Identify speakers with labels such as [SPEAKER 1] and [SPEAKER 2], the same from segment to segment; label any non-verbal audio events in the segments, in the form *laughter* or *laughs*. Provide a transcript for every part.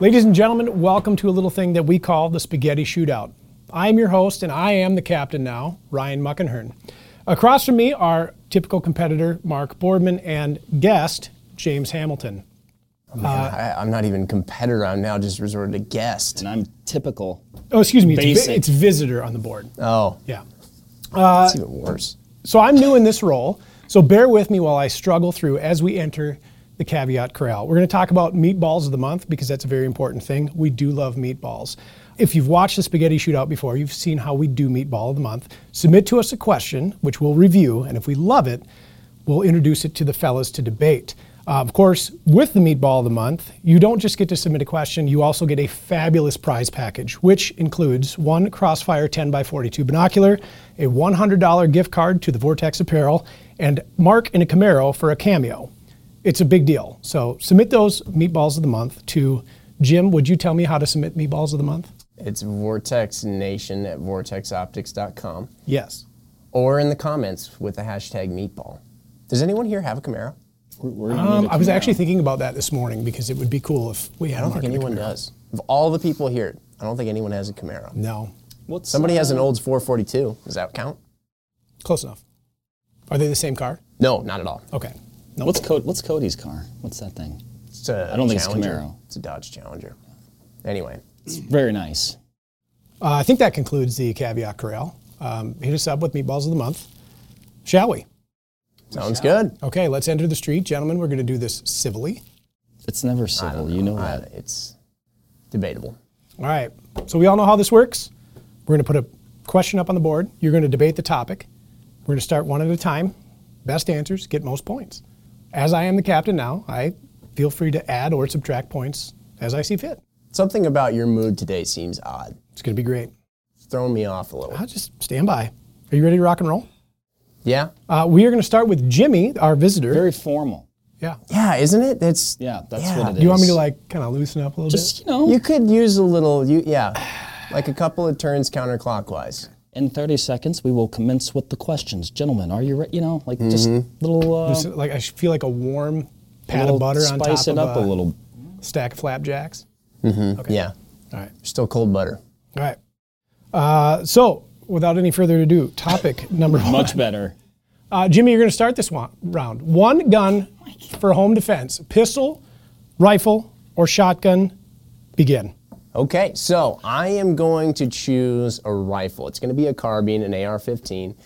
[SPEAKER 1] Ladies and gentlemen, welcome to a little thing that we call the Spaghetti Shootout. I'm your host, and I am the captain now, Ryan Muckenhern. Across from me are typical competitor Mark Boardman and guest James Hamilton.
[SPEAKER 2] Uh,
[SPEAKER 3] I, I'm not even competitor. I'm now just resorted to guest.
[SPEAKER 2] and I'm typical.
[SPEAKER 1] Oh, excuse me, it's, vi-
[SPEAKER 2] Basic.
[SPEAKER 1] it's visitor on the board.
[SPEAKER 3] Oh,
[SPEAKER 1] Yeah.
[SPEAKER 2] Uh,
[SPEAKER 3] that's even worse.
[SPEAKER 1] So I'm new in this role, so bear with me while I struggle through as we enter the caveat corral. We're going to talk about meatballs of the month because that's a very important thing. We do love meatballs. If you've watched the spaghetti shootout before, you've seen how we do meatball of the month. Submit to us a question, which we'll review, and if we love it, we'll introduce it to the fellas to debate. Uh, of course, with the meatball of the month, you don't just get to submit a question, you also get a fabulous prize package, which includes one Crossfire 10x42 binocular, a $100 gift card to the Vortex Apparel, and Mark in a Camaro for a cameo. It's a big deal. So submit those meatballs of the month to Jim. Would you tell me how to submit meatballs of the month?
[SPEAKER 3] It's Vortex Nation at vortexoptics.com
[SPEAKER 1] Yes.
[SPEAKER 3] or in the comments with the hashtag meatball. Does anyone here have a Camaro?
[SPEAKER 2] We're, we're gonna
[SPEAKER 1] Um,
[SPEAKER 2] need a
[SPEAKER 1] I was
[SPEAKER 2] Camaro.
[SPEAKER 1] actually thinking about that this morning because it would be cool if we had
[SPEAKER 3] I don't think anyone does. Of all the people here, I don't think anyone has a Camaro.
[SPEAKER 1] No.
[SPEAKER 2] What's,
[SPEAKER 3] Somebody has an
[SPEAKER 2] uh,
[SPEAKER 3] Olds 442. Does that count?
[SPEAKER 1] Close enough. Are they the same car?
[SPEAKER 3] No, not at all.
[SPEAKER 1] Okay. No.
[SPEAKER 2] What's, Co- what's Cody's car? What's that thing?
[SPEAKER 3] It's a
[SPEAKER 2] I don't think it's a
[SPEAKER 3] Challenger.
[SPEAKER 2] Camaro.
[SPEAKER 3] It's a Dodge Challenger. Anyway,
[SPEAKER 2] It's very nice.
[SPEAKER 1] Uh, I think that concludes the caveat corral. Um, hit us up with meatballs of the month, shall we?
[SPEAKER 3] sounds good.
[SPEAKER 1] Okay, let's enter the street, gentlemen. We're going to do this civilly.
[SPEAKER 2] It's never civil. You know
[SPEAKER 3] Uh,
[SPEAKER 2] that.
[SPEAKER 3] it's debatable.
[SPEAKER 1] All right. So we all know how this works. We're going to put a question up on the board. You're going to debate the topic. We're going to start one at a time. Best answers get most points. As I am the captain now, I feel free to add or subtract points as I see fit.
[SPEAKER 3] Something about your mood today seems odd.
[SPEAKER 1] It's going to be great.
[SPEAKER 3] It's throwing me off a little.
[SPEAKER 1] I'll just stand by. Are you ready to rock and roll?
[SPEAKER 3] Yeah?
[SPEAKER 1] Uh, we are going to start with Jimmy, our visitor.
[SPEAKER 2] Very formal.
[SPEAKER 1] yeah.
[SPEAKER 3] Yeah, isn't it? That's
[SPEAKER 2] Yeah, that's
[SPEAKER 3] Yeah.
[SPEAKER 2] what it is.
[SPEAKER 1] Do you want me to like kind of loosen up a little
[SPEAKER 2] Just, you know,
[SPEAKER 3] You could use a little, you yeah, like a couple of turns counterclockwise.
[SPEAKER 2] in 30 seconds, we will commence with the questions. Gentlemen, are you ready? You know, like just little, uh,
[SPEAKER 1] bit? Just, like I feel like a warm pat
[SPEAKER 2] little
[SPEAKER 1] of butter on top
[SPEAKER 2] spice it
[SPEAKER 1] of
[SPEAKER 2] up a, little.
[SPEAKER 1] stack of flapjacks.
[SPEAKER 3] Yeah,
[SPEAKER 1] All right.
[SPEAKER 3] still cold butter.
[SPEAKER 1] All right. Uh, so without any further ado, topic *laughs* number one.
[SPEAKER 2] Much better.
[SPEAKER 1] Uh, Jimmy, you're going to start this one, round. One gun for home defense: pistol, rifle, or shotgun. Begin.
[SPEAKER 3] Okay, so I am going to choose a rifle. It's going to be a carbine, an AR-15,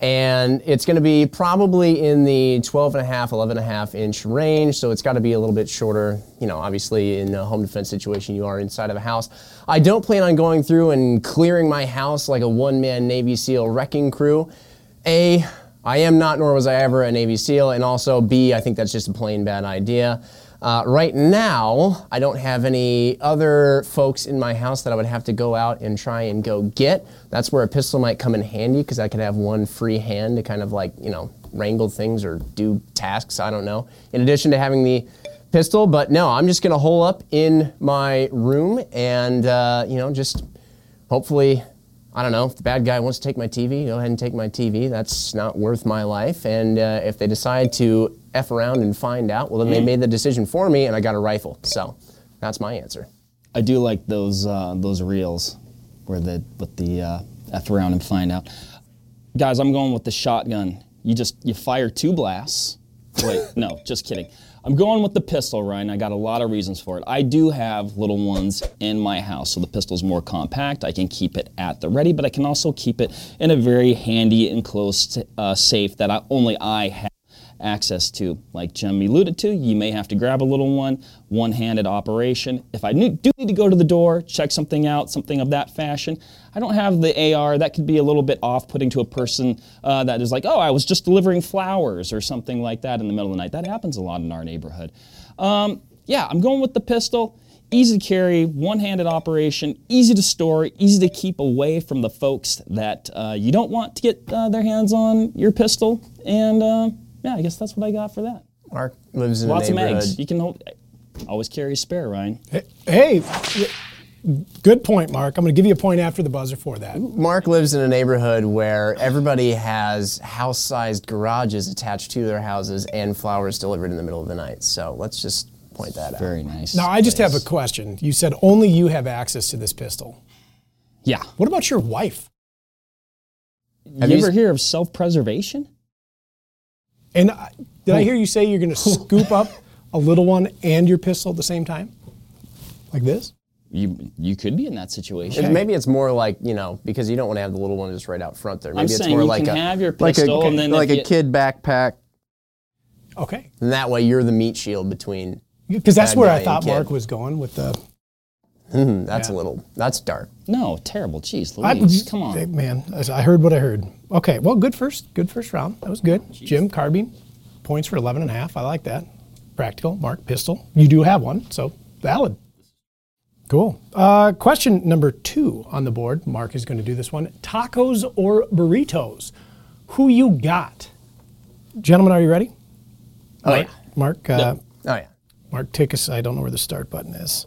[SPEAKER 3] and it's going to be probably in the 12 and a half, 11 and a half inch range. So it's got to be a little bit shorter. You know, obviously in a home defense situation, you are inside of a house. I don't plan on going through and clearing my house like a one-man Navy SEAL wrecking crew. A, I am not, nor was I ever a Navy SEAL, and also B, I think that's just a plain bad idea. Uh, right now, I don't have any other folks in my house that I would have to go out and try and go get. That's where a pistol might come in handy because I could have one free hand to kind of like, you know, wrangle things or do tasks. I don't know. In addition to having the pistol, but no, I'm just going to hole up in my room and, uh, you know, just hopefully, I don't know, if the bad guy wants to take my TV, go ahead and take my TV. That's not worth my life. And uh, if they decide to F around and find out, well, then they made the decision for me and I got a rifle. So that's my answer.
[SPEAKER 2] I do like those uh, those reels where the with the uh, f around and find out. Guys, I'm going with the shotgun. You just you fire two blasts. Wait, no, *laughs* just kidding. I'm going with the pistol, Ryan. I got a lot of reasons for it. I do have little ones in my house, so the pistol's more compact. I can keep it at the ready, but I can also keep it in a very handy enclosed uh, safe that I, only I have access to. Like Jim alluded to, you may have to grab a little one, one handed operation. If I need- do need to go to the door, check something out, something of that fashion, I don't have the AR. That could be a little bit off putting to a person uh, that is like, oh, I was just delivering flowers or something like that in the middle of the night. That happens a lot in our neighborhood. Um, yeah, I'm going with the pistol. Easy to carry, one-handed operation, easy to store, easy to keep away from the folks that uh, you don't want to get uh, their hands on your pistol. And uh, yeah, I guess that's what I got for that.
[SPEAKER 3] Mark lives in
[SPEAKER 2] Lots
[SPEAKER 3] a
[SPEAKER 2] of
[SPEAKER 3] neighborhood.
[SPEAKER 2] mags. You can hold, always carry a spare, Ryan.
[SPEAKER 1] Hey, hey, good point, Mark. I'm going to give you a point after the buzzer for that.
[SPEAKER 3] Mark lives in a neighborhood where everybody has house-sized garages attached to their houses and flowers delivered in the middle of the night. So let's just point that out.
[SPEAKER 2] Very nice.
[SPEAKER 1] Now, I just
[SPEAKER 2] place.
[SPEAKER 1] have a question. You said only you have access to this pistol.
[SPEAKER 2] Yeah.
[SPEAKER 1] What about your wife?
[SPEAKER 3] Have
[SPEAKER 2] you,
[SPEAKER 3] you
[SPEAKER 2] ever
[SPEAKER 3] s-
[SPEAKER 2] hear of self-preservation?
[SPEAKER 1] And I, did I hear you say you're going to scoop up a little one and your pistol at the same time? Like this?
[SPEAKER 2] You you could be in that situation.
[SPEAKER 3] And Maybe it's more like you know because you don't want to have the little one just right out front there. Maybe it's
[SPEAKER 2] saying
[SPEAKER 3] more
[SPEAKER 2] you
[SPEAKER 3] like
[SPEAKER 2] can
[SPEAKER 3] a
[SPEAKER 2] have your
[SPEAKER 3] like a-
[SPEAKER 2] pistol and then
[SPEAKER 3] like
[SPEAKER 2] if
[SPEAKER 3] a
[SPEAKER 2] you-
[SPEAKER 3] kid backpack,
[SPEAKER 1] Okay.
[SPEAKER 3] and that way you're the meat shield between.
[SPEAKER 1] Because that's
[SPEAKER 3] Bad
[SPEAKER 1] where
[SPEAKER 3] guy
[SPEAKER 1] I
[SPEAKER 3] and
[SPEAKER 1] thought
[SPEAKER 3] kid.
[SPEAKER 1] Mark was going with the.
[SPEAKER 3] Hmm, that's a
[SPEAKER 1] Yeah.
[SPEAKER 3] little that's dark.
[SPEAKER 2] No, terrible. Jeez,
[SPEAKER 1] I-
[SPEAKER 2] Louise, come on.
[SPEAKER 1] Hey, Man, I I heard what I heard. Okay, well, good first, good first round. That was good. Jim, carbine, points for 11 and a half. I like that. Practical. Mark, pistol. You do have one, so valid. Cool. Uh, question number two on the board. Mark is going to do this one. Tacos or burritos? Who you got? Gentlemen, are you ready?
[SPEAKER 3] Oh
[SPEAKER 1] Mark, Mark, uh,
[SPEAKER 3] yeah, oh yeah.
[SPEAKER 1] Mark, take us. I don't know where the start button is.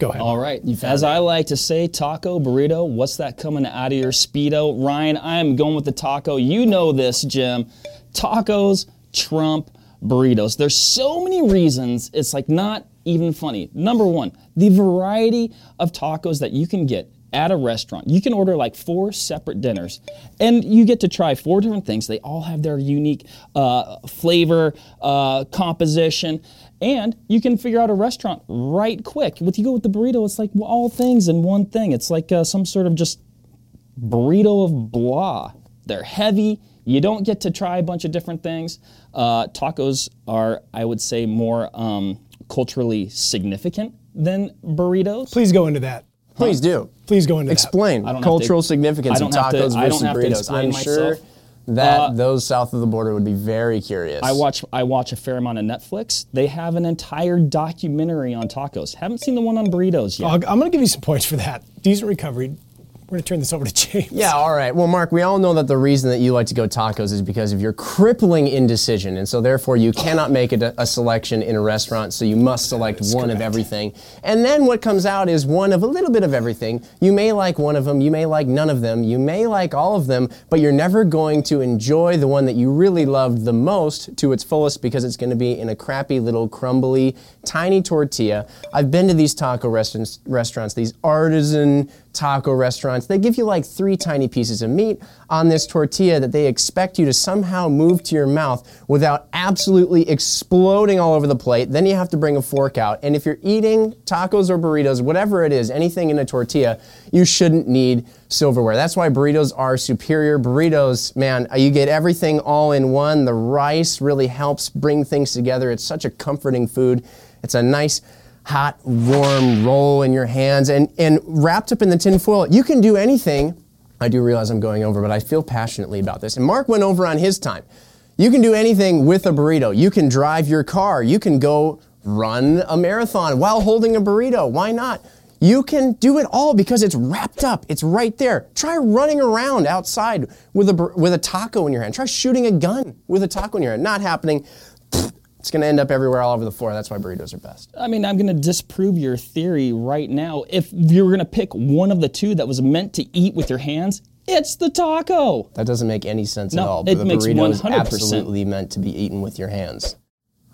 [SPEAKER 1] Go ahead.
[SPEAKER 2] All right. As I like to say, taco, burrito, what's that coming out of your Speedo? Ryan, I am going with the taco. You know this, Jim. Tacos, Trump, burritos. There's so many reasons it's like not even funny. Number one, the variety of tacos that you can get at a restaurant. You can order like four separate dinners and you get to try four different things. They all have their unique uh, flavor, uh, composition, and you can figure out a restaurant right quick. With you go with the burrito, it's like all things in one thing. It's like uh, some sort of just burrito of blah. They're heavy. You don't get to try a bunch of different things. Uh, tacos are, I would say, more um, culturally significant than burritos.
[SPEAKER 1] Please go into that.
[SPEAKER 3] Please do
[SPEAKER 1] Please go into that.
[SPEAKER 3] explain
[SPEAKER 2] don't have to-
[SPEAKER 3] cultural significance
[SPEAKER 2] I
[SPEAKER 3] of
[SPEAKER 2] don't have to-
[SPEAKER 3] tacos
[SPEAKER 2] I don't
[SPEAKER 3] versus
[SPEAKER 2] have to
[SPEAKER 3] burritos.
[SPEAKER 2] explain
[SPEAKER 3] I'm sure
[SPEAKER 2] myself.
[SPEAKER 3] that
[SPEAKER 2] Uh,
[SPEAKER 3] those south of the border would be very curious.
[SPEAKER 2] I watch I watch a fair amount of Netflix. They have an entire documentary on tacos. Haven't seen the one on burritos yet.
[SPEAKER 1] I'll, I'm going to give you some points for that. Decent recovery. We're going to turn this over to James.
[SPEAKER 3] Yeah, all right. Well, Mark, we all know that the reason that you like to go tacos is because of your crippling indecision, and so therefore you cannot make a, a selection in a restaurant, so you must select one of everything. And then what comes out is one of a little bit of everything. You may like one of them, you may like none of them, you may like all of them, but you're never going to enjoy the one that you really loved the most to its fullest because it's going to be in a crappy little crumbly, tiny tortilla. I've been to these taco restaurants, restaurants these artisan taco restaurants. They give you like three tiny pieces of meat on this tortilla that they expect you to somehow move to your mouth without absolutely exploding all over the plate. Then you have to bring a fork out. And if you're eating tacos or burritos, whatever it is, anything in a tortilla, you shouldn't need silverware. That's why burritos are superior. Burritos, man, uh, you get everything all in one. The rice really helps bring things together. It's such a comforting food. It's a nice hot, warm roll in your hands and, and wrapped up in the tin foil. You can do anything. I do realize I'm going over, but I feel passionately about this. And Mark went over on his time. You can do anything with a burrito. You can drive your car. You can go run a marathon while holding a burrito. Why not? You can do it all because it's wrapped up. It's right there. Try running around outside with a bur- with a taco in your hand. Try shooting a gun with a taco in your hand. Not happening. It's going to end up everywhere all over the floor. That's why burritos are best.
[SPEAKER 2] I mean, I'm going to disprove your theory right now. If you were going to pick one of the two that was meant to eat with your hands, it's the taco.
[SPEAKER 3] That doesn't make any sense
[SPEAKER 2] No,
[SPEAKER 3] at all.
[SPEAKER 2] it
[SPEAKER 3] the
[SPEAKER 2] makes
[SPEAKER 3] burrito is
[SPEAKER 2] 100%.
[SPEAKER 3] absolutely meant to be eaten with your hands.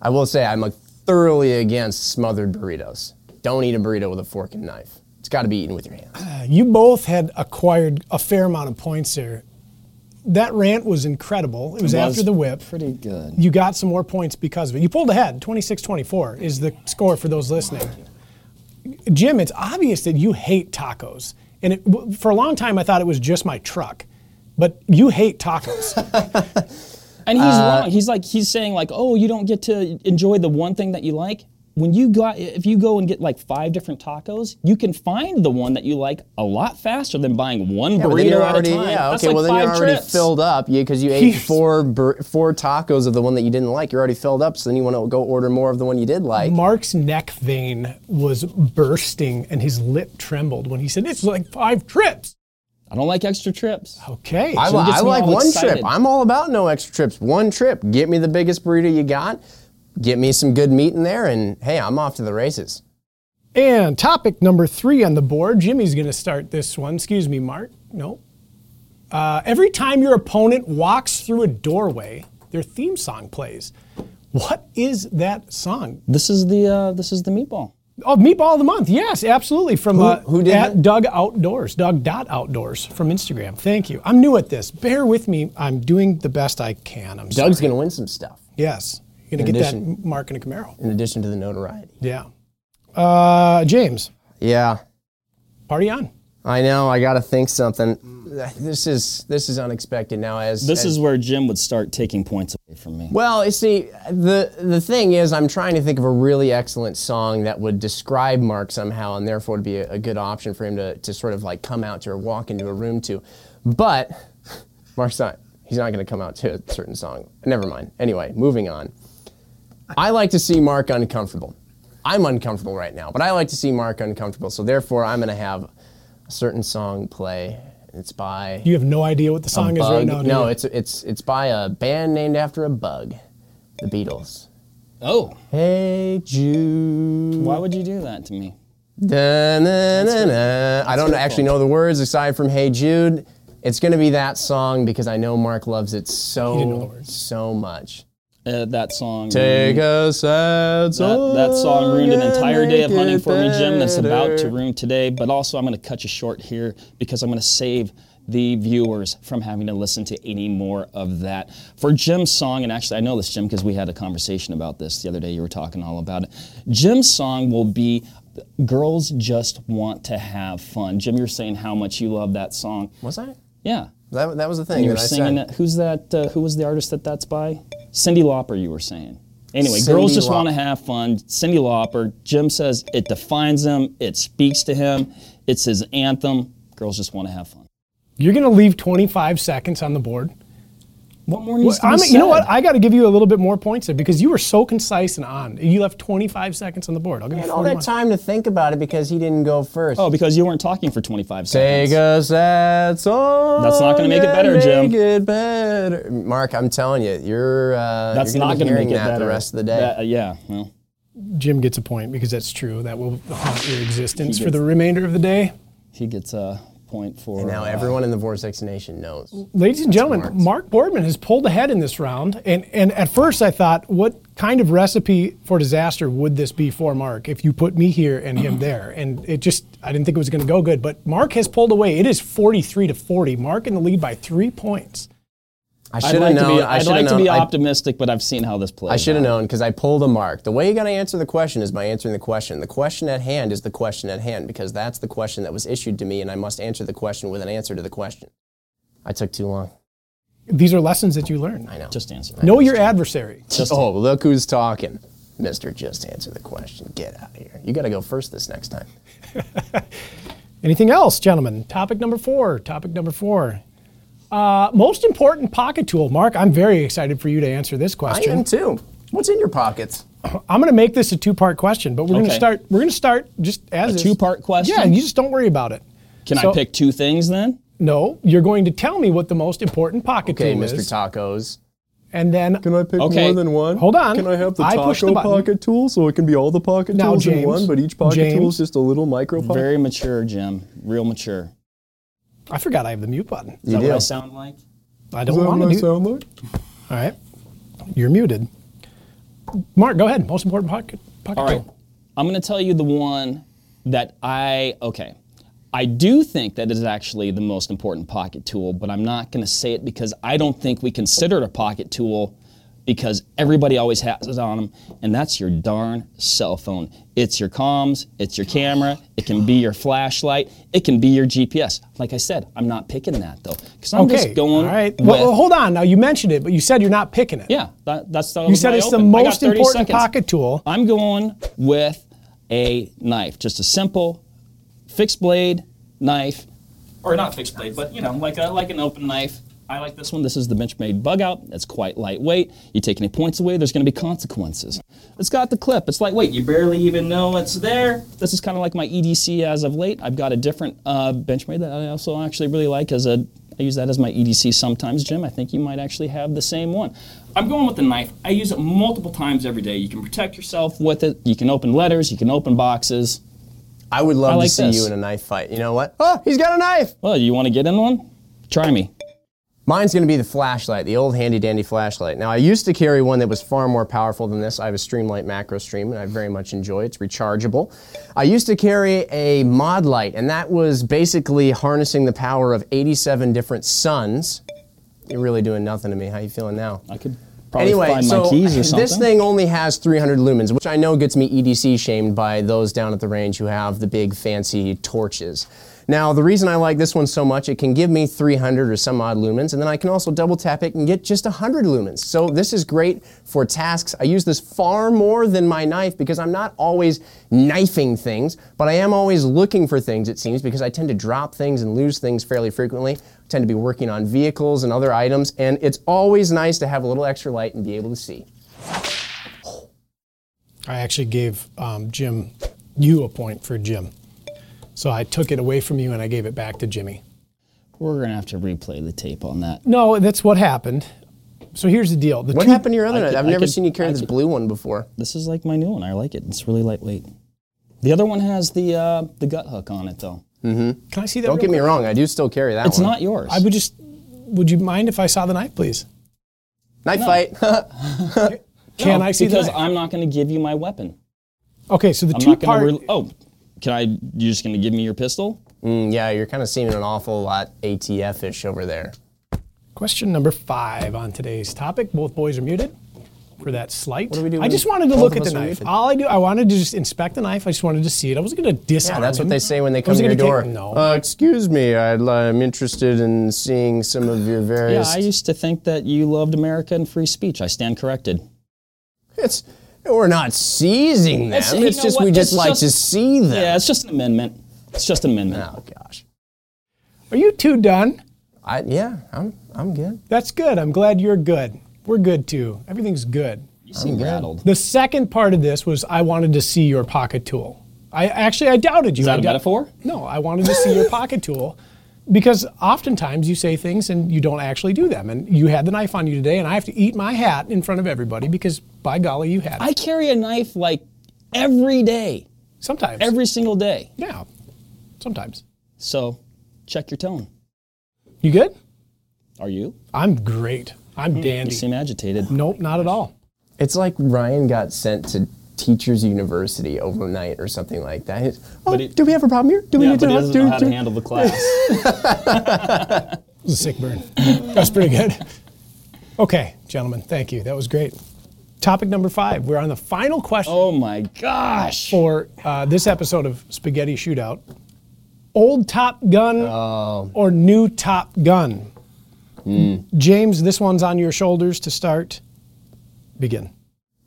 [SPEAKER 3] I will say I'm like thoroughly against smothered burritos. Don't eat a burrito with a fork and knife. It's got to be eaten with your hands.
[SPEAKER 1] Uh, You both had acquired a fair amount of points there. That rant was incredible. It was, after the whip.
[SPEAKER 2] Pretty good.
[SPEAKER 1] You got some more points because of it. You pulled ahead. 26 24 is the score for those listening. Jim, it's obvious that you hate tacos. And it, w- for a long time, I thought it was just my truck. But you hate *laughs* tacos.
[SPEAKER 2] And he's
[SPEAKER 3] Uh,
[SPEAKER 2] wrong. He's like he's saying like, "Oh, you don't get to enjoy the one thing that you like." When you got if you go and get like five different tacos, you can find the one that you like a lot faster than buying one
[SPEAKER 3] But
[SPEAKER 2] burrito
[SPEAKER 3] then you're
[SPEAKER 2] at
[SPEAKER 3] already,
[SPEAKER 2] a time.
[SPEAKER 3] yeah,
[SPEAKER 2] That's
[SPEAKER 3] okay.
[SPEAKER 2] like
[SPEAKER 3] well, then
[SPEAKER 2] five
[SPEAKER 3] you're already
[SPEAKER 2] trips.
[SPEAKER 3] filled up because you ate four bur- four tacos of the one that you didn't like. You're already filled up, so then you want to go order more of the one you did like.
[SPEAKER 2] Mm.
[SPEAKER 1] Mark's neck vein was bursting and his lip trembled when he said, It's like five trips.
[SPEAKER 2] I don't like extra trips.
[SPEAKER 1] Okay.
[SPEAKER 3] I,
[SPEAKER 1] so-
[SPEAKER 3] li-
[SPEAKER 2] gets
[SPEAKER 3] I
[SPEAKER 2] me
[SPEAKER 3] like
[SPEAKER 2] all
[SPEAKER 3] one
[SPEAKER 2] excited.
[SPEAKER 3] trip. I'm all about no extra trips. One trip. Get me the biggest burrito you got. Get me some good meat in there, and hey, I'm off to the races.
[SPEAKER 1] And topic number three on the board. Jimmy's going to start this one. Excuse me, Mark. No. Uh, every time your opponent walks through a doorway, their theme song plays. What is that song?
[SPEAKER 2] This is the uh, this is the meatball.
[SPEAKER 1] Oh, Meatball of the Month. Yes, absolutely. From uh,
[SPEAKER 3] who did
[SPEAKER 1] at
[SPEAKER 3] that?
[SPEAKER 1] Doug Outdoors, Doug Dot Outdoors from Instagram. Thank you. I'm new at this. Bear with me. I'm doing the best I can. I'm sorry.
[SPEAKER 3] Doug's going to win some stuff
[SPEAKER 1] Yes, you're gonna
[SPEAKER 3] In
[SPEAKER 1] get that
[SPEAKER 3] addition-
[SPEAKER 1] m- mark in a Camaro.
[SPEAKER 3] in addition to the notoriety.
[SPEAKER 1] Yeah. Uh, James,
[SPEAKER 3] Yeah,
[SPEAKER 1] party on.
[SPEAKER 3] I know. I got to think something. This is this is unexpected. Now, as
[SPEAKER 2] This
[SPEAKER 3] as-
[SPEAKER 2] is where Jim would start taking points away from me.
[SPEAKER 3] Well, you see, the the thing is, I'm trying to think of a really excellent song that would describe Mark somehow, and therefore would be a, a good option for him to, to sort of like come out to or walk into a room to. But *laughs* Mark's not. He's not going to come out to a certain song. Never mind. Anyway, moving on. I like to see Mark uncomfortable. I'm uncomfortable right now, but I like to see Mark uncomfortable. So therefore, I'm going to have a certain song play. It's by
[SPEAKER 1] You have no idea what the song is right
[SPEAKER 3] bug.
[SPEAKER 1] now. do
[SPEAKER 3] no,
[SPEAKER 1] you?
[SPEAKER 3] it's it's it's by a band named after a bug, the Beatles.
[SPEAKER 2] Oh,
[SPEAKER 3] Hey Jude.
[SPEAKER 2] why would you do that to me?
[SPEAKER 3] Da-na-na-na. I don't
[SPEAKER 2] your
[SPEAKER 3] actually know the words aside from Hey Jude. It's gonna be that song because I know Mark loves it
[SPEAKER 1] didn't know the
[SPEAKER 3] so
[SPEAKER 1] words.
[SPEAKER 3] so much.
[SPEAKER 2] Uh, that song.
[SPEAKER 3] Take a sad
[SPEAKER 2] That,
[SPEAKER 3] song.
[SPEAKER 2] that song ruined an entire day of
[SPEAKER 3] and
[SPEAKER 2] hunting
[SPEAKER 3] make
[SPEAKER 2] for me,
[SPEAKER 3] it
[SPEAKER 2] Jim. That's about to
[SPEAKER 3] better.
[SPEAKER 2] ruin today. But also, I'm going to cut you short here because I'm going to save the viewers from having to listen to any more of that. For Jim's song, and actually, I know this, Jim, because we had a conversation about this the other day. You were talking all about it. Jim's song will be Girls Just Want to Have Fun. Jim, you're saying how much you love that song.
[SPEAKER 3] Was I?
[SPEAKER 2] Yeah.
[SPEAKER 3] That, that was the thing
[SPEAKER 2] You were
[SPEAKER 3] that I
[SPEAKER 2] singing
[SPEAKER 3] said.
[SPEAKER 2] that. Who's that? Uh, who was the artist that that's by? Cindy Lauper, you were saying. Anyway,
[SPEAKER 3] Cyndi
[SPEAKER 2] girls just
[SPEAKER 3] Lau-
[SPEAKER 2] want to have fun. Cindy Lauper. Jim says it defines him. It speaks to him. It's his anthem. Girls just want to have fun.
[SPEAKER 1] You're gonna leave 25 seconds on the board.
[SPEAKER 2] What more needs to be
[SPEAKER 1] I'm,
[SPEAKER 2] said?
[SPEAKER 1] you know what? I got to give you a little bit more points there because you were so concise and on. You left 25 seconds on the board. I'll give
[SPEAKER 3] I
[SPEAKER 1] you
[SPEAKER 3] had all that
[SPEAKER 1] 41.
[SPEAKER 3] time to think about it because he didn't go first.
[SPEAKER 2] oh, because you weren't talking for 25
[SPEAKER 3] Take
[SPEAKER 2] seconds.
[SPEAKER 3] a sad song.
[SPEAKER 2] That's not gonna make it
[SPEAKER 3] and
[SPEAKER 2] better, Jim.
[SPEAKER 3] Make it better, Mark. I'm telling you, you're. Uh,
[SPEAKER 2] That's
[SPEAKER 3] you're gonna be
[SPEAKER 2] not going to make
[SPEAKER 3] hearing
[SPEAKER 2] it
[SPEAKER 3] that
[SPEAKER 2] better
[SPEAKER 3] the rest of the day.
[SPEAKER 2] That- uh, yeah. Well,
[SPEAKER 1] Jim gets a point because that's true. That will haunt your existence for
[SPEAKER 2] gets-
[SPEAKER 1] the remainder of the day.
[SPEAKER 2] he gets a point for.
[SPEAKER 3] now
[SPEAKER 2] uh,
[SPEAKER 3] everyone in the Vortex Nation knows.
[SPEAKER 1] Ladies and gentlemen, Mark Boardman has pulled ahead in this round. And, and at first, I thought, what kind of recipe for disaster would this be for Mark if you put me here and him there? And it just, I didn't think it was going to go good. But Mark has pulled away. It is 43 to 40. Mark in the lead by three points.
[SPEAKER 3] I
[SPEAKER 2] I'd
[SPEAKER 3] should have
[SPEAKER 2] like, to
[SPEAKER 3] known.
[SPEAKER 2] be,
[SPEAKER 3] I
[SPEAKER 2] I'd
[SPEAKER 3] should have
[SPEAKER 2] like to
[SPEAKER 3] known.
[SPEAKER 2] be
[SPEAKER 3] I-
[SPEAKER 2] optimistic, but I've seen how this plays.
[SPEAKER 3] I should have
[SPEAKER 2] out.
[SPEAKER 3] known because I pulled a mark. The way you got to answer the question is by answering the question. The question at hand is the question at hand because that's the question that was issued to me, and I must answer the question with an answer to the question. I took too long.
[SPEAKER 1] These are lessons that you learn.
[SPEAKER 3] I know.
[SPEAKER 2] Just answer.
[SPEAKER 1] Know your adversary.
[SPEAKER 2] Just
[SPEAKER 3] oh, look who's talking, Mister. Just answer the question. Get out of here. You got to go first this next time.
[SPEAKER 1] Anything else, gentlemen? Topic number four. Topic number four. Uh, most important pocket tool, Mark. I'm very excited for you to answer this
[SPEAKER 3] I
[SPEAKER 1] question.
[SPEAKER 3] am too. What's in your pockets?
[SPEAKER 1] I'm going to make this a two-part question, but we're going to
[SPEAKER 2] Okay.
[SPEAKER 1] start. We're going to start just as
[SPEAKER 2] A
[SPEAKER 1] is.
[SPEAKER 2] two-part question?
[SPEAKER 1] Yeah, you just don't worry about it.
[SPEAKER 2] Can
[SPEAKER 1] So-
[SPEAKER 2] I pick two things then?
[SPEAKER 1] No, you're going to tell me what the most important pocket
[SPEAKER 3] Okay,
[SPEAKER 1] tool
[SPEAKER 3] Mr.
[SPEAKER 1] is,
[SPEAKER 3] Tacos.
[SPEAKER 1] and then
[SPEAKER 4] Can I pick
[SPEAKER 2] Okay.
[SPEAKER 4] more than one?
[SPEAKER 1] Hold on.
[SPEAKER 4] Can I have the
[SPEAKER 1] I
[SPEAKER 4] taco
[SPEAKER 1] pushed the button.
[SPEAKER 4] pocket tool so it can be all the pocket
[SPEAKER 1] Now,
[SPEAKER 4] tools
[SPEAKER 1] James.
[SPEAKER 4] in one, but each pocket tool
[SPEAKER 1] James.
[SPEAKER 4] is just a little micro pocket?
[SPEAKER 2] Very mature, Jim. Real mature.
[SPEAKER 1] I forgot I have the mute button.
[SPEAKER 2] Is that
[SPEAKER 3] do.
[SPEAKER 2] what I sound like?
[SPEAKER 1] I
[SPEAKER 4] Is
[SPEAKER 1] don't
[SPEAKER 4] that
[SPEAKER 1] want
[SPEAKER 4] what I
[SPEAKER 1] to do.
[SPEAKER 4] sound like?
[SPEAKER 1] All right, you're muted. Mark, go ahead. Most important pocket pocket
[SPEAKER 2] All right.
[SPEAKER 1] tool.
[SPEAKER 2] I'm going to tell you the one that I, okay. I do think that it is actually the most important pocket tool, but I'm not going to say it because I don't think we consider it a pocket tool because everybody always has it on them, and that's your darn cell phone. It's your comms, it's your camera, it can be your flashlight, it can be your GPS. Like I said, I'm not picking that though because I'm
[SPEAKER 1] Okay.
[SPEAKER 2] just going.
[SPEAKER 1] All right.
[SPEAKER 2] with-
[SPEAKER 1] Well, hold on. Now you mentioned it, but you said you're not picking it.
[SPEAKER 2] Yeah, that, that's the.
[SPEAKER 1] You said it's the most important pocket tool.
[SPEAKER 2] I'm going with a knife, just a simple fixed blade knife, or not fixed blade, but you know, like a, like an open knife. I like this one. This is the Benchmade Bug Out. It's quite lightweight. You take any points away, there's going to be consequences. It's got the clip. It's lightweight. You barely even know it's there. This is kind of like my EDC as of late. I've got a different uh, Benchmade that I also actually really like as a. I use that as my EDC sometimes, Jim. I think you might actually have the same one. I'm going with the knife. I use it multiple times every day. You can protect yourself with it. You can open letters. You can open boxes.
[SPEAKER 3] I would love
[SPEAKER 2] I like
[SPEAKER 3] to see Ah,
[SPEAKER 2] this.
[SPEAKER 3] you in a knife fight. You know what? Oh, he's got a knife.
[SPEAKER 2] Well, you want to get in one? Try me.
[SPEAKER 3] Mine's going to be the flashlight, the old handy dandy flashlight. Now, I used to carry one that was far more powerful than this. I have a Streamlight Macro Stream, and I very much enjoy it. It's rechargeable. I used to carry a mod light, and that was basically harnessing the power of 87 different suns. You're really doing nothing to me. How you feeling now?
[SPEAKER 2] I could probably
[SPEAKER 3] anyway,
[SPEAKER 2] find
[SPEAKER 3] so *laughs*
[SPEAKER 2] my keys or something.
[SPEAKER 3] this thing only has 300 lumens, which I know gets me EDC shamed by those down at the range who have the big fancy torches. Now, the reason I like this one so much, it can give me 300 or some odd lumens, and then I can also double tap it and get just 100 lumens. So this is great for tasks. I use this far more than my knife because I'm not always knifing things, but I am always looking for things, it seems, because I tend to drop things and lose things fairly frequently tend to be working on vehicles and other items, and it's always nice to have a little extra light and be able to see.
[SPEAKER 1] I actually gave um, Jim you a point for Jim. So I took it away from you and I gave it back to Jimmy.
[SPEAKER 2] We're gonna have to replay the tape on that.
[SPEAKER 1] No, that's what happened. So here's the deal. The
[SPEAKER 3] What
[SPEAKER 1] two-
[SPEAKER 3] happened to your other
[SPEAKER 2] I
[SPEAKER 3] night?
[SPEAKER 2] could-
[SPEAKER 3] I've
[SPEAKER 2] I
[SPEAKER 3] never
[SPEAKER 2] could-
[SPEAKER 3] seen you carry
[SPEAKER 2] I
[SPEAKER 3] this
[SPEAKER 2] could-
[SPEAKER 3] blue one before.
[SPEAKER 2] This is like my new one. I like it. It's really lightweight. The other one has the uh, the gut hook on it though.
[SPEAKER 1] Can I see that?
[SPEAKER 3] Don't
[SPEAKER 1] real
[SPEAKER 3] get me
[SPEAKER 1] quick?
[SPEAKER 3] wrong, I do still carry that
[SPEAKER 2] It's
[SPEAKER 3] one.
[SPEAKER 2] not yours.
[SPEAKER 1] I would just. Would you mind if I saw the knife, please?
[SPEAKER 3] Knife fight. *laughs*
[SPEAKER 1] Can
[SPEAKER 2] *laughs* No,
[SPEAKER 1] I see the
[SPEAKER 2] because
[SPEAKER 1] knife?
[SPEAKER 2] I'm not gonna give you my weapon.
[SPEAKER 1] okay, so the
[SPEAKER 2] I'm
[SPEAKER 1] two
[SPEAKER 2] not gonna.
[SPEAKER 1] part.
[SPEAKER 2] Re- oh, can I? You're just gonna give me your pistol?
[SPEAKER 3] Mm, yeah, you're kind of seeming an awful lot ATF ish over there.
[SPEAKER 1] Question number five on today's topic. Both boys are muted for that slight. What
[SPEAKER 3] do we do
[SPEAKER 1] I
[SPEAKER 3] when
[SPEAKER 1] just wanted to
[SPEAKER 3] both
[SPEAKER 1] look
[SPEAKER 3] of
[SPEAKER 1] at the
[SPEAKER 3] us are
[SPEAKER 1] knife.
[SPEAKER 3] muted?
[SPEAKER 1] All I do, I wanted to just inspect the knife. I just wanted to see it. I wasn't going to disarm
[SPEAKER 3] Yeah, that's
[SPEAKER 1] him.
[SPEAKER 3] what they say when
[SPEAKER 1] I
[SPEAKER 3] they come to your
[SPEAKER 1] wasn't
[SPEAKER 3] door.
[SPEAKER 1] gonna take- no.
[SPEAKER 3] Uh, excuse me, I'd, I'm interested in seeing some of your
[SPEAKER 2] Yeah,
[SPEAKER 3] various.
[SPEAKER 2] I used to think that you loved America and free speech. I stand corrected.
[SPEAKER 3] it's, we're not seizing them. It's,
[SPEAKER 2] It's- you know
[SPEAKER 3] just
[SPEAKER 2] what?
[SPEAKER 3] we
[SPEAKER 2] It's
[SPEAKER 3] just like to
[SPEAKER 2] just-
[SPEAKER 3] see them.
[SPEAKER 2] Yeah, it's just an amendment. It's just an amendment.
[SPEAKER 3] Oh gosh.
[SPEAKER 1] Are you two done?
[SPEAKER 3] I yeah, I'm I'm good.
[SPEAKER 1] That's good. I'm glad you're good. We're good too. Everything's good.
[SPEAKER 2] You seem rattled.
[SPEAKER 1] The second part of this was I wanted to see your pocket tool. I actually I doubted you.
[SPEAKER 2] Is that
[SPEAKER 1] I
[SPEAKER 2] a
[SPEAKER 1] dou-
[SPEAKER 2] metaphor?
[SPEAKER 1] No, I wanted to
[SPEAKER 2] *laughs*
[SPEAKER 1] see your pocket tool because oftentimes you say things and you don't actually do them. And you had the knife on you today, and I have to eat my hat in front of everybody because by golly, you had it.
[SPEAKER 2] I carry a knife like every day,
[SPEAKER 1] sometimes.
[SPEAKER 2] every single day.
[SPEAKER 1] yeah, sometimes.
[SPEAKER 2] So check your tone.
[SPEAKER 1] You good?
[SPEAKER 2] Are you?
[SPEAKER 1] I'm great. I'm
[SPEAKER 2] Hmm. You
[SPEAKER 1] dandy.
[SPEAKER 2] seem agitated.
[SPEAKER 1] Nope, not at all.
[SPEAKER 3] It's like Ryan got sent to teachers university overnight or something like that. He's, oh,
[SPEAKER 2] it-
[SPEAKER 3] do we have a problem here? Do we
[SPEAKER 2] Yeah,
[SPEAKER 3] need
[SPEAKER 2] but
[SPEAKER 3] to
[SPEAKER 2] he
[SPEAKER 3] do,
[SPEAKER 2] doesn't know how to
[SPEAKER 3] do-
[SPEAKER 2] handle the class.
[SPEAKER 1] It was a sick burn. That's pretty good. Okay, gentlemen, thank you. That was great. Topic number five. We're on the final question
[SPEAKER 2] *laughs* oh my gosh!
[SPEAKER 1] for uh, this episode of Spaghetti Shootout. Old Top Gun
[SPEAKER 3] Oh.
[SPEAKER 1] or new Top Gun?
[SPEAKER 3] Hmm.
[SPEAKER 1] James, this one's on your shoulders to start. Begin.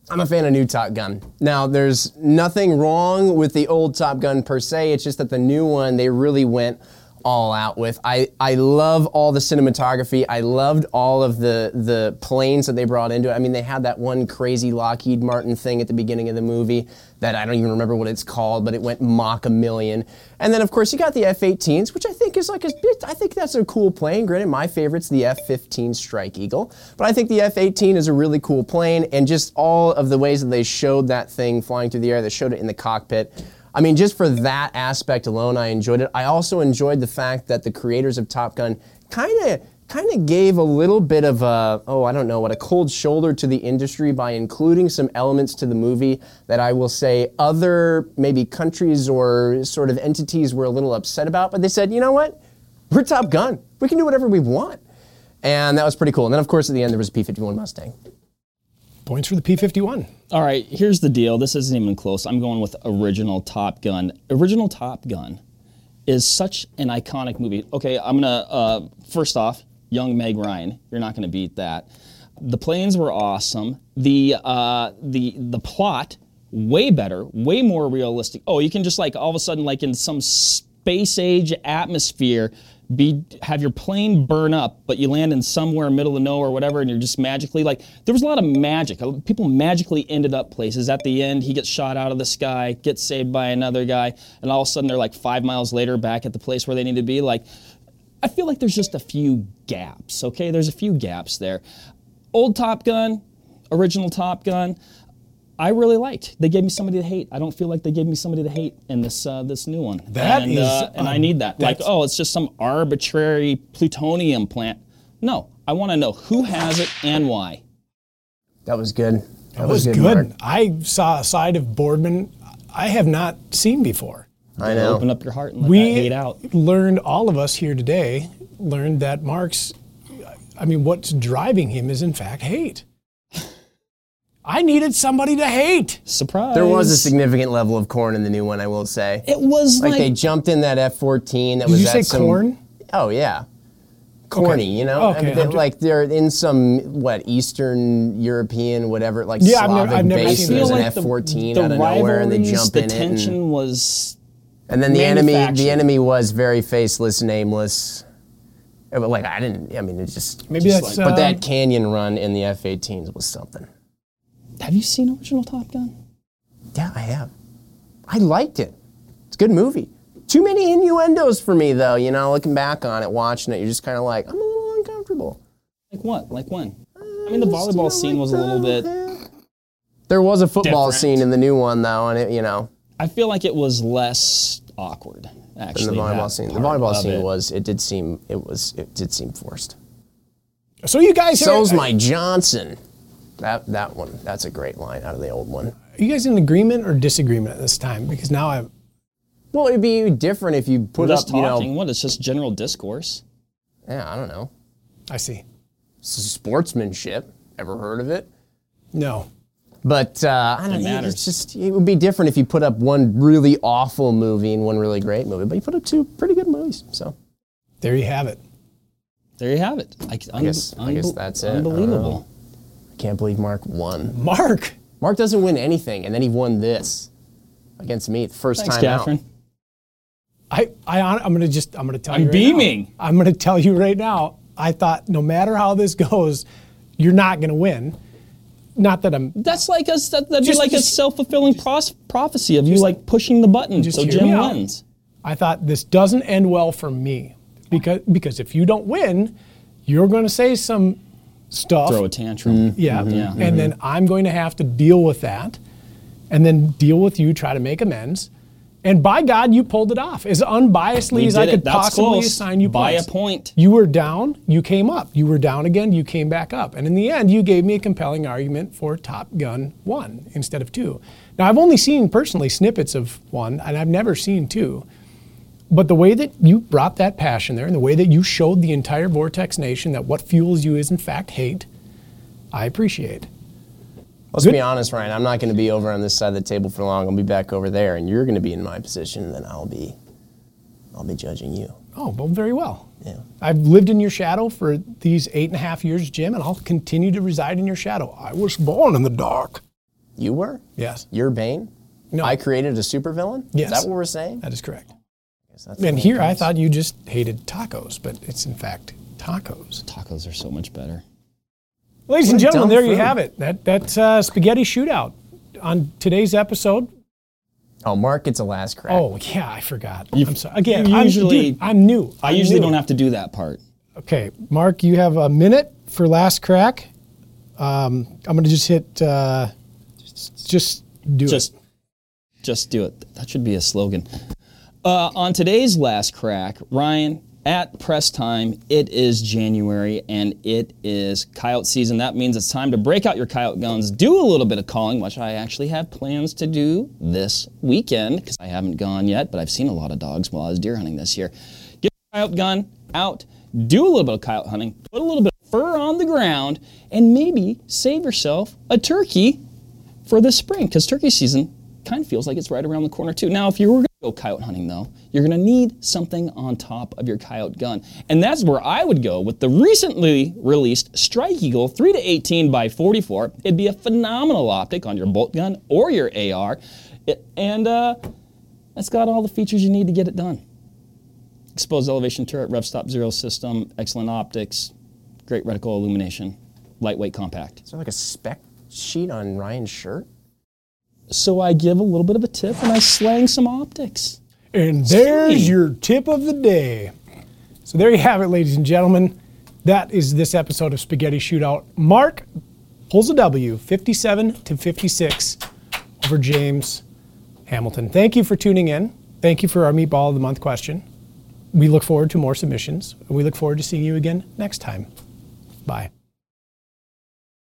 [SPEAKER 3] I'm a fan of new Top Gun. Now, there's nothing wrong with the old Top Gun per se. It's just that the new one they really went all out with. I, I love all the cinematography. I loved all of the the planes that they brought into it. I mean, they had that one crazy Lockheed Martin thing at the beginning of the movie that I don't even remember what it's called, but it went mock a million. And then of course you got the F-18s, which I think is like a bit. I think that's a cool plane. Granted, my favorite's the F-15 Strike Eagle, but I think the F-18 is a really cool plane, and just all of the ways that they showed that thing flying through the air, they showed it in the cockpit. I mean, just for that aspect alone, I enjoyed it. I also enjoyed the fact that the creators of Top Gun kind of kind of gave a little bit of a oh I don't know what a cold shoulder to the industry by including some elements to the movie that I will say other maybe countries or sort of entities were a little upset about but they said you know what we're Top Gun we can do whatever we want and that was pretty cool and then of course at the end there was a P51 Mustang
[SPEAKER 1] Points for the P 51.
[SPEAKER 2] All right, here's the deal. This isn't even close. I'm going with original Top Gun. Original Top Gun is such an iconic movie. Okay, I'm gonna uh, first off, young Meg Ryan. You're not gonna beat that. The planes were awesome. The uh, the the plot way better, way more realistic. Oh, you can just like all of a sudden like in some space age atmosphere be have your plane burn up, but you land in somewhere middle of nowhere, whatever, and you're just magically like there was a lot of magic. Uh, People magically ended up places. At the end, he gets shot out of the sky, gets saved by another guy, and all of a sudden they're like five miles later back at the place where they need to be. Like, I feel like there's just a few gaps. Okay, there's a few gaps there. Old Top Gun, original Top Gun. I really liked. They gave me somebody to hate. I don't feel like they gave me somebody to hate in this uh, this new one.
[SPEAKER 1] That
[SPEAKER 2] and,
[SPEAKER 1] is,
[SPEAKER 2] uh, and I
[SPEAKER 1] um,
[SPEAKER 2] need that. Like,
[SPEAKER 1] that's-
[SPEAKER 2] oh, it's just some arbitrary plutonium plant. No, I want to know who has it and why.
[SPEAKER 3] That was good. That,
[SPEAKER 1] That was good.
[SPEAKER 3] Mark.
[SPEAKER 1] I saw a side of Boardman I have not seen before.
[SPEAKER 3] I know.
[SPEAKER 2] Open up your heart and let that
[SPEAKER 1] We
[SPEAKER 2] hate out.
[SPEAKER 1] learned, all of us here today learned that Mark's, I mean, what's driving him is in fact
[SPEAKER 3] *laughs*
[SPEAKER 1] hate. I needed somebody to hate.
[SPEAKER 2] Surprise.
[SPEAKER 3] There was a significant level of corn in the new one, I will say.
[SPEAKER 2] It was
[SPEAKER 3] like,
[SPEAKER 2] like,
[SPEAKER 3] they jumped in that F-14. That
[SPEAKER 1] Did
[SPEAKER 3] was
[SPEAKER 1] you
[SPEAKER 3] at
[SPEAKER 1] say
[SPEAKER 3] some-
[SPEAKER 1] corn?
[SPEAKER 3] Oh yeah, corny. You know,
[SPEAKER 1] Okay,
[SPEAKER 3] I mean, they're,
[SPEAKER 1] I'm ju-
[SPEAKER 3] like they're in some what Eastern European whatever like
[SPEAKER 1] Yeah, I've never-
[SPEAKER 3] Slavic
[SPEAKER 1] I've never
[SPEAKER 3] base.
[SPEAKER 1] seen
[SPEAKER 3] and There's
[SPEAKER 1] that.
[SPEAKER 3] an
[SPEAKER 1] I
[SPEAKER 3] F fourteen
[SPEAKER 2] the
[SPEAKER 3] out of nowhere, and they
[SPEAKER 2] rivalries,
[SPEAKER 3] jump
[SPEAKER 2] the
[SPEAKER 3] in it.
[SPEAKER 2] tension
[SPEAKER 3] And,
[SPEAKER 2] was
[SPEAKER 3] and then the enemy, the
[SPEAKER 2] manufactured.
[SPEAKER 3] enemy was very faceless, nameless. Uh, But like I didn't. I mean, it's just
[SPEAKER 1] Maybe
[SPEAKER 3] just
[SPEAKER 1] that's,
[SPEAKER 3] like- but
[SPEAKER 1] um,
[SPEAKER 3] that canyon run in the F-18s was something.
[SPEAKER 2] Have you seen original Top Gun?
[SPEAKER 3] Yeah, I have. I liked it. It's a good movie. Too many innuendos for me, though. You know, looking back on it, watching it, you're just kind of like, I'm a little uncomfortable.
[SPEAKER 2] Like what? Like when? I mean, the volleyball scene was a little bit.
[SPEAKER 3] "Oh, There was a football
[SPEAKER 2] Different.
[SPEAKER 3] scene in the new one, though, and it, you know,
[SPEAKER 2] I feel like it was less awkward.
[SPEAKER 3] in
[SPEAKER 2] Actually,
[SPEAKER 3] the volleyball
[SPEAKER 2] that
[SPEAKER 3] scene. The
[SPEAKER 2] part
[SPEAKER 3] volleyball
[SPEAKER 2] of
[SPEAKER 3] scene
[SPEAKER 2] it.
[SPEAKER 3] was, it did seem, it was, it did seem forced.
[SPEAKER 1] So you guys, are,
[SPEAKER 3] So's my Johnson. That that one, that's a great line out of the old one.
[SPEAKER 1] are you guys in agreement or disagreement at this time? Because now I'm.
[SPEAKER 3] Well, it'd be different if you
[SPEAKER 2] We're
[SPEAKER 3] put up,
[SPEAKER 2] just
[SPEAKER 3] you
[SPEAKER 2] talking.
[SPEAKER 3] know,
[SPEAKER 2] What? It's just general discourse.
[SPEAKER 3] yeah, I don't know,
[SPEAKER 1] I see.
[SPEAKER 3] sportsmanship. Ever heard of it?
[SPEAKER 1] No.
[SPEAKER 3] But uh, I don't
[SPEAKER 2] It
[SPEAKER 3] know. It's
[SPEAKER 2] matters.
[SPEAKER 3] just it would be different if you put up one really awful movie and one really great movie, but you put up two pretty good movies. So
[SPEAKER 1] There you have it.
[SPEAKER 2] There you have it. I, c- un-
[SPEAKER 3] guess- I guess
[SPEAKER 2] unbe-
[SPEAKER 3] that's it. I don't
[SPEAKER 2] Unbelievable.
[SPEAKER 3] I can't believe Mark won.
[SPEAKER 1] Mark,
[SPEAKER 3] Mark doesn't win anything, and then he won this against me the first
[SPEAKER 2] Thanks,
[SPEAKER 3] time
[SPEAKER 2] Catherine.
[SPEAKER 3] out.
[SPEAKER 1] I, I, hon- I'm gonna just, I'm gonna tell
[SPEAKER 2] I'm
[SPEAKER 1] you. right
[SPEAKER 2] beaming.
[SPEAKER 1] now. I'm gonna tell you right now. I thought no matter how this *laughs* goes, you're not gonna win. Not that I'm
[SPEAKER 2] That's like us. That, that'd
[SPEAKER 1] Just-
[SPEAKER 2] be like a
[SPEAKER 1] just-
[SPEAKER 2] self-fulfilling pros- prophecy of you like pushing the button
[SPEAKER 1] just
[SPEAKER 2] so
[SPEAKER 1] hear
[SPEAKER 2] Jim
[SPEAKER 1] me out.
[SPEAKER 2] wins.
[SPEAKER 1] I thought this doesn't end well for me because because if you don't win, you're going to say some stuff.
[SPEAKER 2] Throw a tantrum.
[SPEAKER 3] Mm-hmm.
[SPEAKER 2] Mm-hmm.
[SPEAKER 1] yeah,
[SPEAKER 2] yeah.
[SPEAKER 1] Mm-hmm. and then I'm going to have to deal with that, and then deal with you, try to make amends. And by God, you pulled it off as unbiasedly
[SPEAKER 2] We
[SPEAKER 1] as
[SPEAKER 2] did
[SPEAKER 1] I could
[SPEAKER 2] it. That's
[SPEAKER 1] possibly
[SPEAKER 2] close.
[SPEAKER 1] assign you
[SPEAKER 2] By a
[SPEAKER 1] points.
[SPEAKER 2] point.
[SPEAKER 1] You were down, you came up. You were down again, you came back up. And in the end, you gave me a compelling argument for Top Gun 1 instead of 2. Now, I've only seen personally snippets of 1, and I've never seen 2. But the way that you brought that passion there and the way that you showed the entire Vortex Nation that what fuels you is in fact hate, I appreciate.
[SPEAKER 3] Let's
[SPEAKER 1] Good-
[SPEAKER 3] be honest, Ryan. I'm not going to be over on this side of the table for long. I'll be back over there, and you're going to be in my position, and then I'll be, I'll be judging you.
[SPEAKER 1] Oh, well, very well.
[SPEAKER 3] Yeah.
[SPEAKER 1] I've lived in your shadow for these eight and a half years, Jim, and I'll continue to reside in your shadow. I was born in the dark.
[SPEAKER 3] You were.
[SPEAKER 1] Yes,
[SPEAKER 3] You're Bane.
[SPEAKER 1] No.
[SPEAKER 3] I created a supervillain.
[SPEAKER 1] Yes.
[SPEAKER 3] Is that what we're saying?
[SPEAKER 1] that is correct.
[SPEAKER 3] Yes, that's
[SPEAKER 1] And
[SPEAKER 3] the
[SPEAKER 1] here I
[SPEAKER 3] case.
[SPEAKER 1] thought you just hated tacos, but it's in fact tacos.
[SPEAKER 2] Tacos are so much better.
[SPEAKER 1] Ladies and
[SPEAKER 3] What a
[SPEAKER 1] gentlemen,
[SPEAKER 3] dumb
[SPEAKER 1] there you
[SPEAKER 3] food.
[SPEAKER 1] have it. That that's uh, spaghetti shootout on today's episode.
[SPEAKER 3] Oh, Mark gets a last crack.
[SPEAKER 1] Oh yeah, I forgot.
[SPEAKER 2] You-
[SPEAKER 1] I'm sorry. Again,
[SPEAKER 2] you
[SPEAKER 1] I'm,
[SPEAKER 2] usually-
[SPEAKER 1] dude, I'm new.
[SPEAKER 2] I
[SPEAKER 1] I'm
[SPEAKER 2] usually
[SPEAKER 1] new.
[SPEAKER 2] don't have to do that part.
[SPEAKER 1] Okay, Mark, you have a minute for last crack. Um, I'm gonna just hit. Uh, just do
[SPEAKER 2] just
[SPEAKER 1] it.
[SPEAKER 2] just do it that should be a slogan uh, on today's last crack ryan at press time it is january and it is coyote season that means it's time to break out your coyote guns do a little bit of calling which i actually have plans to do this weekend because i haven't gone yet but i've seen a lot of dogs while i was deer hunting this year get your coyote gun out do a little bit of coyote hunting put a little bit of fur on the ground and maybe save yourself a turkey for this spring because turkey season kind of feels like it's right around the corner too. Now, if you were going to go coyote hunting though, you're going to need something on top of your coyote gun, and that's where I would go with the recently released Strike Eagle 3 to 18 by 44. It'd be a phenomenal optic on your bolt gun or your AR, It- and uh, that's got all the features you need to get it done. Exposed elevation turret, rev stop zero system, excellent optics, great reticle illumination, lightweight compact.
[SPEAKER 3] Is there like a spec sheet on Ryan's shirt?
[SPEAKER 2] So I give a little bit of a tip and I slang some optics.
[SPEAKER 1] And there's
[SPEAKER 2] Sweet.
[SPEAKER 1] your tip of the day. So there you have it, ladies and gentlemen. That is this episode of Spaghetti Shootout. Mark pulls a W, 57 to 56, over James Hamilton. Thank you for tuning in. Thank you for our Meatball of the Month question. We look forward to more submissions. and We look forward to seeing you again next time. Bye.